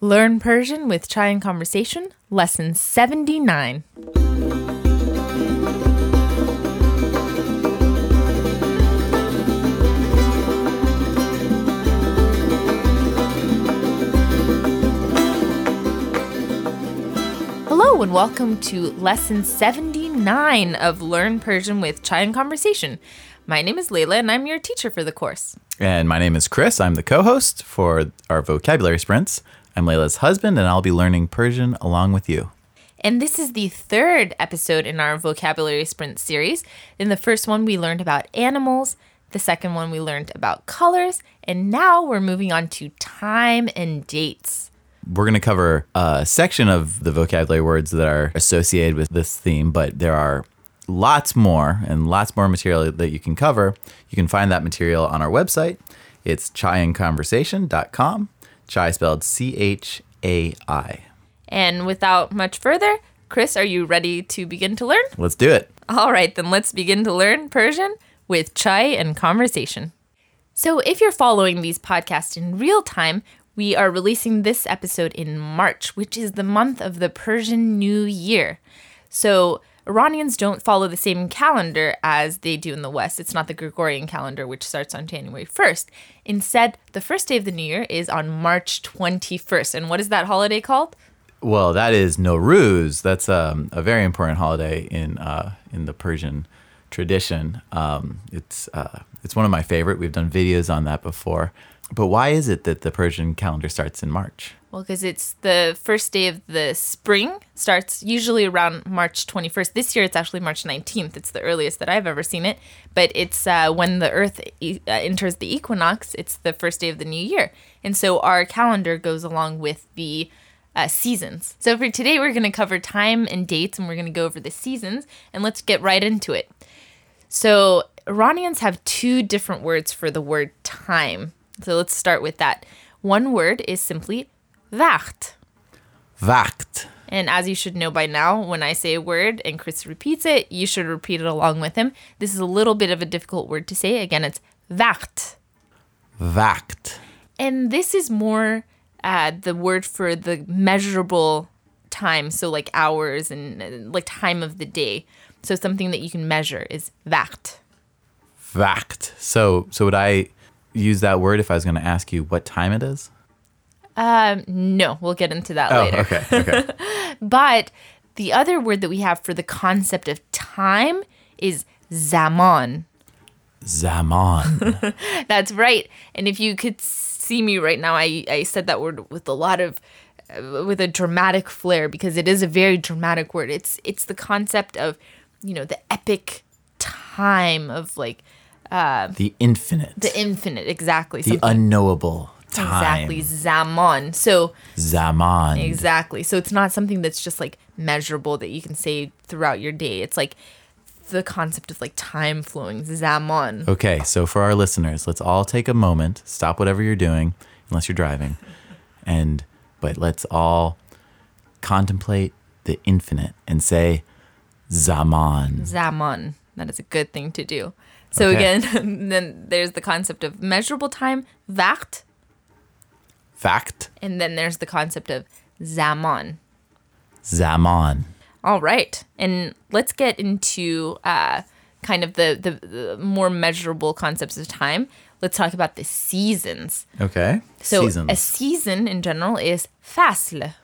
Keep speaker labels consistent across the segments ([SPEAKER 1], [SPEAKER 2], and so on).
[SPEAKER 1] Learn Persian with Chai and Conversation, Lesson 79. Hello, and welcome to Lesson 79 of Learn Persian with Chai and Conversation. My name is Leila, and I'm your teacher for the course.
[SPEAKER 2] And my name is Chris. I'm the co host for our vocabulary sprints. I'm Layla's husband, and I'll be learning Persian along with you.
[SPEAKER 1] And this is the third episode in our vocabulary sprint series. In the first one, we learned about animals. The second one, we learned about colors. And now we're moving on to time and dates.
[SPEAKER 2] We're going to cover a section of the vocabulary words that are associated with this theme, but there are lots more and lots more material that you can cover. You can find that material on our website. It's chaiandconversation.com. Chai spelled C H A I.
[SPEAKER 1] And without much further, Chris, are you ready to begin to learn?
[SPEAKER 2] Let's do it.
[SPEAKER 1] All right, then let's begin to learn Persian with chai and conversation. So, if you're following these podcasts in real time, we are releasing this episode in March, which is the month of the Persian New Year. So, Iranians don't follow the same calendar as they do in the West. It's not the Gregorian calendar, which starts on January 1st. Instead, the first day of the new year is on March 21st. And what is that holiday called?
[SPEAKER 2] Well, that is Nowruz. That's um, a very important holiday in uh, in the Persian tradition. Um, it's uh, it's one of my favorite. We've done videos on that before. But why is it that the Persian calendar starts in March?
[SPEAKER 1] Well, because it's the first day of the spring, starts usually around March 21st. This year it's actually March 19th. It's the earliest that I've ever seen it. But it's uh, when the Earth e- uh, enters the equinox, it's the first day of the new year. And so our calendar goes along with the uh, seasons. So for today, we're going to cover time and dates, and we're going to go over the seasons, and let's get right into it. So Iranians have two different words for the word time. So let's start with that. One word is simply vacht.
[SPEAKER 2] Vakht.
[SPEAKER 1] And as you should know by now, when I say a word and Chris repeats it, you should repeat it along with him. This is a little bit of a difficult word to say. Again, it's vacht.
[SPEAKER 2] Vakht.
[SPEAKER 1] And this is more uh, the word for the measurable time, so like hours and uh, like time of the day. So something that you can measure is vacht.
[SPEAKER 2] Vakht. So so would I use that word if I was going to ask you what time it is?
[SPEAKER 1] Um, no, we'll get into that
[SPEAKER 2] Oh,
[SPEAKER 1] later.
[SPEAKER 2] okay. Okay.
[SPEAKER 1] But the other word that we have for the concept of time is zaman.
[SPEAKER 2] Zaman.
[SPEAKER 1] That's right. And if you could see me right now, I, I said that word with a lot of uh, with a dramatic flair because it is a very dramatic word. It's it's the concept of, you know, the epic time of like
[SPEAKER 2] The infinite.
[SPEAKER 1] the infinite exactly.
[SPEAKER 2] The
[SPEAKER 1] something-
[SPEAKER 2] unknowable. Time.
[SPEAKER 1] exactly zaman. So
[SPEAKER 2] Zaman.
[SPEAKER 1] Exactly. So it's not something that's just like measurable that you can say throughout your day. It's like the concept of like time flowing, zaman.
[SPEAKER 2] Okay, so for our listeners, let's all take a moment, stop whatever you're doing, unless you're driving, and but let's all contemplate the infinite and say Zaman.
[SPEAKER 1] Zaman. That is a good thing to do. So
[SPEAKER 2] Okay.
[SPEAKER 1] again, then there's the concept of measurable time, vacht,
[SPEAKER 2] Fact
[SPEAKER 1] and then there's the concept of zaman.
[SPEAKER 2] Zaman.
[SPEAKER 1] All right. And let's get into uh, kind of the, the, the more measurable concepts of time. Let's talk about the seasons.
[SPEAKER 2] Okay.
[SPEAKER 1] So
[SPEAKER 2] Seasons.
[SPEAKER 1] a season in general is fasl.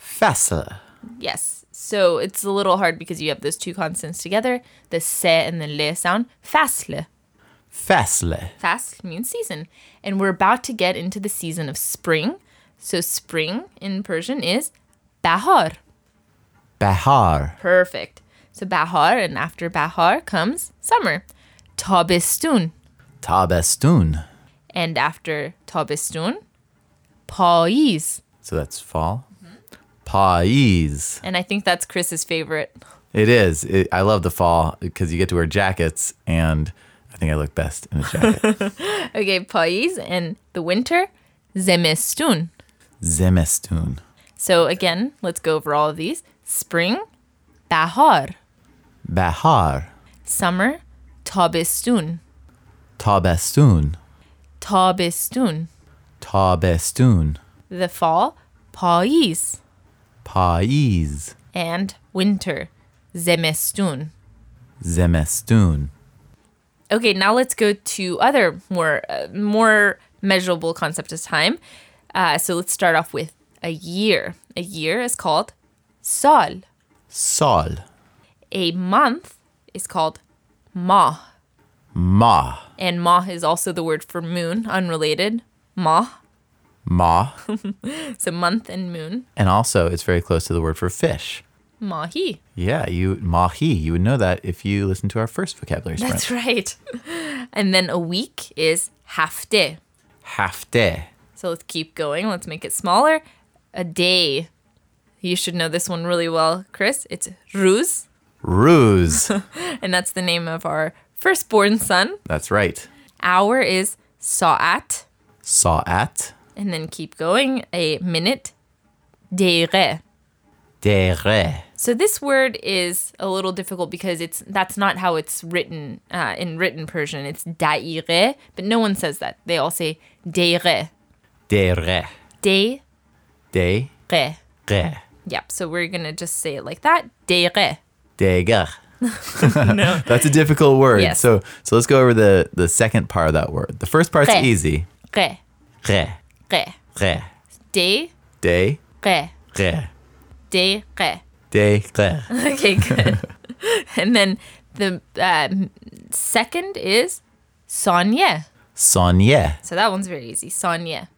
[SPEAKER 2] Fasa.
[SPEAKER 1] Yes. So it's a little hard because you have those two consonants together, the se and the le sound. Fasle.
[SPEAKER 2] Fasle.
[SPEAKER 1] Fasl means season. And we're about to get into the season of spring. So spring in Persian is bahar.
[SPEAKER 2] Bahar.
[SPEAKER 1] Perfect. So bahar and after bahar comes summer. Tabistun.
[SPEAKER 2] Tabastun.
[SPEAKER 1] And after tabistun, paiz.
[SPEAKER 2] So that's fall. Pais.
[SPEAKER 1] And I think that's Chris's favorite.
[SPEAKER 2] It is. It, I love the fall because you get to wear jackets, and I think I look best in a jacket.
[SPEAKER 1] Okay, paiz. And the winter, zemistun.
[SPEAKER 2] Zemestun.
[SPEAKER 1] So again, let's go over all of these. Spring, bahar.
[SPEAKER 2] Bahar.
[SPEAKER 1] Summer, tabistun.
[SPEAKER 2] Tabastun.
[SPEAKER 1] Tabistun.
[SPEAKER 2] Tabastun.
[SPEAKER 1] the fall, pais,
[SPEAKER 2] Pais.
[SPEAKER 1] and winter, zemestun.
[SPEAKER 2] Zemestun.
[SPEAKER 1] Okay, now let's go to other more uh, more measurable concept of time. Uh, so let's start off with a year. A year is called sol.
[SPEAKER 2] Sol.
[SPEAKER 1] A month is called ma,
[SPEAKER 2] Ma.
[SPEAKER 1] and ma is also the word for moon, unrelated. Ma,
[SPEAKER 2] Ma.
[SPEAKER 1] so month and moon.
[SPEAKER 2] and also, it's very close to the word for fish.
[SPEAKER 1] Mahi.
[SPEAKER 2] Yeah, you mahi. You would know that if you listen to our first vocabulary sprint.
[SPEAKER 1] That's right. and then a week is hafte.
[SPEAKER 2] Hafte.
[SPEAKER 1] So let's keep going. Let's make it smaller. A day. You should know this one really well, Chris. It's Ruz,
[SPEAKER 2] Ruse.
[SPEAKER 1] and that's the name of our firstborn son.
[SPEAKER 2] That's right.
[SPEAKER 1] Hour is Sa'at.
[SPEAKER 2] Sa'at.
[SPEAKER 1] And then keep going. A minute, Dere.
[SPEAKER 2] Dere.
[SPEAKER 1] So this word is a little difficult because it's that's not how it's written uh, in written Persian. It's daire, but no one says that. They all say dere,
[SPEAKER 2] Dere.
[SPEAKER 1] dere.
[SPEAKER 2] Dere.
[SPEAKER 1] Yep. So we're gonna just say it like that, dere.
[SPEAKER 2] Dega. no. That's a difficult word.
[SPEAKER 1] Yes.
[SPEAKER 2] So so let's go over the, the second part of that word. The first part's
[SPEAKER 1] Re.
[SPEAKER 2] easy.
[SPEAKER 1] Re,
[SPEAKER 2] Re.
[SPEAKER 1] re,
[SPEAKER 2] Re.
[SPEAKER 1] de,
[SPEAKER 2] De.
[SPEAKER 1] re,
[SPEAKER 2] Re.
[SPEAKER 1] de, re.
[SPEAKER 2] De. Re.
[SPEAKER 1] Okay, good. and then the um, second is sonye.
[SPEAKER 2] Sonye.
[SPEAKER 1] So that one's very easy. Sonia.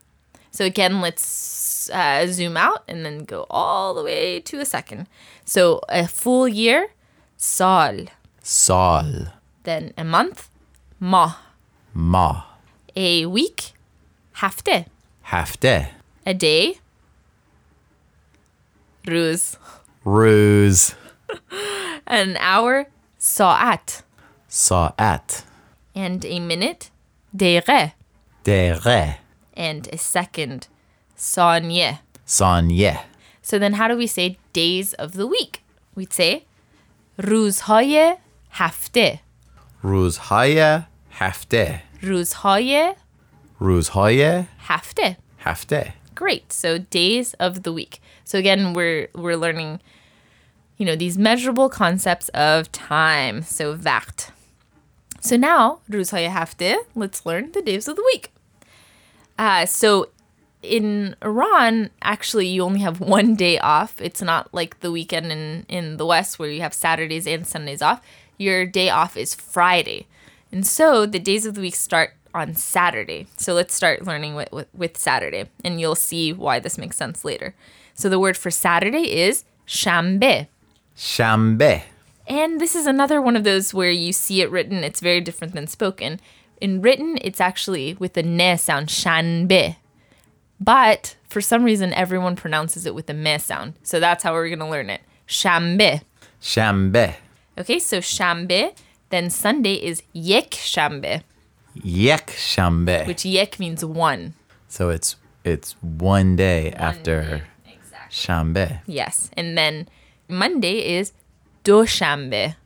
[SPEAKER 1] So again, let's uh, zoom out and then go all the way to a second. So a full year, sol.
[SPEAKER 2] Sol.
[SPEAKER 1] Then a month, ma.
[SPEAKER 2] Ma.
[SPEAKER 1] A week, hafte.
[SPEAKER 2] Hafte.
[SPEAKER 1] A day, ruz.
[SPEAKER 2] Ruse.
[SPEAKER 1] An hour, saat.
[SPEAKER 2] Sa'at.
[SPEAKER 1] And a minute, dere.
[SPEAKER 2] Dere.
[SPEAKER 1] And a second, sonye.
[SPEAKER 2] Sonye.
[SPEAKER 1] So then how do we say days of the week? We'd say روزهای هفته
[SPEAKER 2] Ruzhaya. Hafte.
[SPEAKER 1] روزهای
[SPEAKER 2] Ruzhaya.
[SPEAKER 1] هفته
[SPEAKER 2] Hafte.
[SPEAKER 1] Great. So days of the week. So again, we're we're learning you know these measurable concepts of time. So وقت. So now روزهای هفته, let's learn the days of the week. Uh, so in Iran, actually, you only have one day off. It's not like the weekend in, in the West where you have Saturdays and Sundays off. Your day off is Friday. And so the days of the week start on Saturday. So let's start learning with, with, with Saturday, and you'll see why this makes sense later. So the word for Saturday is shambe.
[SPEAKER 2] Shambe.
[SPEAKER 1] And this is another one of those where you see it written, it's very different than spoken. In written, it's actually with the ne sound, shanbe. But for some reason, everyone pronounces it with the me sound. So that's how we're going to learn it. Shambe.
[SPEAKER 2] Shambe.
[SPEAKER 1] Okay, so shambe. Then Sunday is yek shambe,
[SPEAKER 2] Yek shambe.
[SPEAKER 1] which yek means one.
[SPEAKER 2] So it's it's one day after
[SPEAKER 1] Exactly.
[SPEAKER 2] Shambe.
[SPEAKER 1] Yes. And then Monday is doshambe.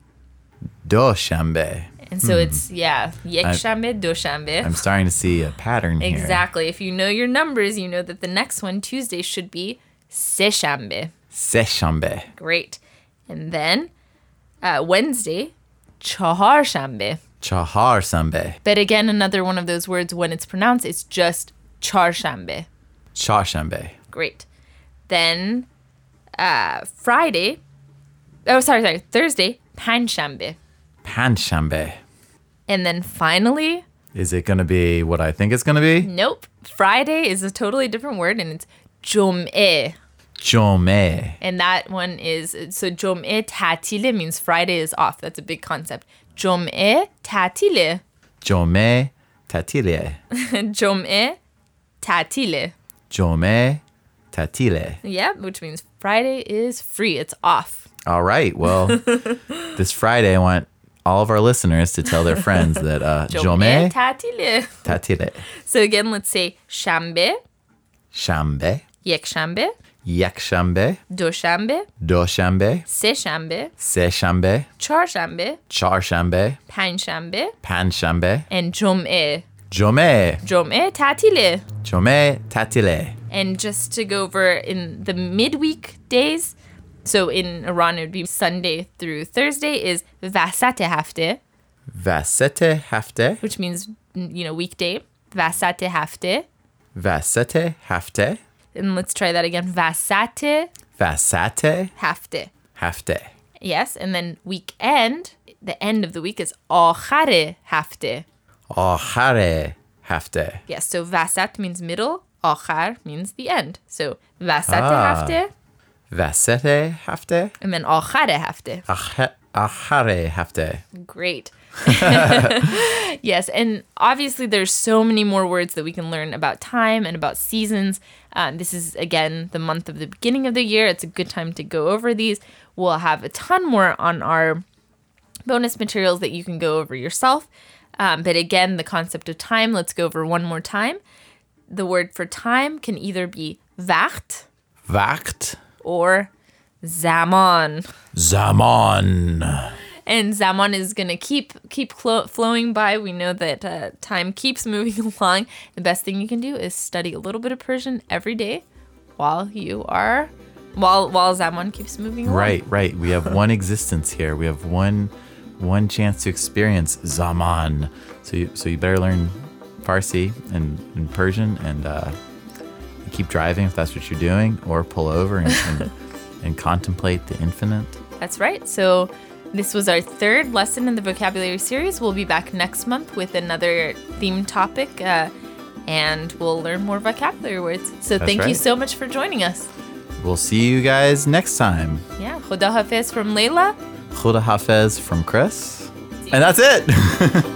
[SPEAKER 2] Do Shambe.
[SPEAKER 1] And so it's, yeah, yek shambe, doshambe.
[SPEAKER 2] Hmm. I'm starting to see a pattern here.
[SPEAKER 1] Exactly. If you know your numbers, you know that the next one, Tuesday, should be Seshambe.
[SPEAKER 2] Seshambe.
[SPEAKER 1] Great. And then uh, Wednesday, Chaharshambe.
[SPEAKER 2] Chahar Shambe.
[SPEAKER 1] But again, another one of those words when it's pronounced, it's just Charshambe.
[SPEAKER 2] Cha Shambe.
[SPEAKER 1] Great. Then uh, Friday, oh, sorry, sorry, Thursday, Panshambe.
[SPEAKER 2] Pan Shambe.
[SPEAKER 1] And then finally,
[SPEAKER 2] Is it gonna be what I think it's gonna be?
[SPEAKER 1] nope, Friday is a totally different word and it's Jum'eh.
[SPEAKER 2] Jome.
[SPEAKER 1] And that one is so Jom'e tatile means Friday is off. That's a big concept. Jom'e tatile.
[SPEAKER 2] Jome tatile.
[SPEAKER 1] Jom'e tatile.
[SPEAKER 2] Jome tatile.
[SPEAKER 1] Yeah, which means Friday is free. It's off.
[SPEAKER 2] All right. Well, this Friday I want all of our listeners to tell their friends that uh
[SPEAKER 1] Jom'e
[SPEAKER 2] Jome
[SPEAKER 1] tatile.
[SPEAKER 2] tatile.
[SPEAKER 1] So again, let's say shambe,
[SPEAKER 2] Shambe.
[SPEAKER 1] yekshambe,
[SPEAKER 2] Yakshambe.
[SPEAKER 1] doshambe,
[SPEAKER 2] Doshambe.
[SPEAKER 1] seshambe,
[SPEAKER 2] Seshambe.
[SPEAKER 1] charshambe,
[SPEAKER 2] Charshambe.
[SPEAKER 1] panshambe,
[SPEAKER 2] Panshambe.
[SPEAKER 1] and Jom'e.
[SPEAKER 2] Jome.
[SPEAKER 1] Jom'e tatile.
[SPEAKER 2] Jome tatile.
[SPEAKER 1] And just to go over in the midweek days, so in Iran it would be Sunday through Thursday is Vasate hafte,
[SPEAKER 2] Vasete hafte.
[SPEAKER 1] which means you know weekday. Vasate hafte.
[SPEAKER 2] Vasete hafte.
[SPEAKER 1] And let's try that again. Vasate
[SPEAKER 2] Vasate
[SPEAKER 1] hafte.
[SPEAKER 2] hafte.
[SPEAKER 1] Yes, and then weekend, the end of the week is آخر hafte.
[SPEAKER 2] Ahare hafte.
[SPEAKER 1] Yes, so vasat means middle, آخر means the end. So vasat
[SPEAKER 2] Ah.
[SPEAKER 1] hafte,
[SPEAKER 2] Vasete hafte.
[SPEAKER 1] and then آخر hafte.
[SPEAKER 2] Ahe- Ahare hafte.
[SPEAKER 1] Great. yes, and obviously there's so many more words that we can learn about time and about seasons. Um, this is again the month of the beginning of the year. It's a good time to go over these. We'll have a ton more on our bonus materials that you can go over yourself. Um, but again, the concept of time. Let's go over one more time. The word for time can either be Wacht
[SPEAKER 2] Wacht
[SPEAKER 1] or Zaman.
[SPEAKER 2] zaman.
[SPEAKER 1] and Zaman is gonna keep keep clo- flowing by. We know that uh, time keeps moving along. The best thing you can do is study a little bit of Persian every day, while you are, while while Zaman keeps moving along.
[SPEAKER 2] Right, right. We have one existence here. We have one one chance to experience zaman. So you so you better learn Farsi and, and Persian and uh, keep driving if that's what you're doing, or pull over and, and, and contemplate the infinite.
[SPEAKER 1] That's right. So. This was our third lesson in the vocabulary series. We'll be back next month with another theme topic, uh, and we'll learn more vocabulary words. So thank you
[SPEAKER 2] right.
[SPEAKER 1] so much for joining us.
[SPEAKER 2] We'll see you guys next time.
[SPEAKER 1] Yeah, Khuda Hafiz from Layla.
[SPEAKER 2] Khuda Hafez from Chris. And that's it.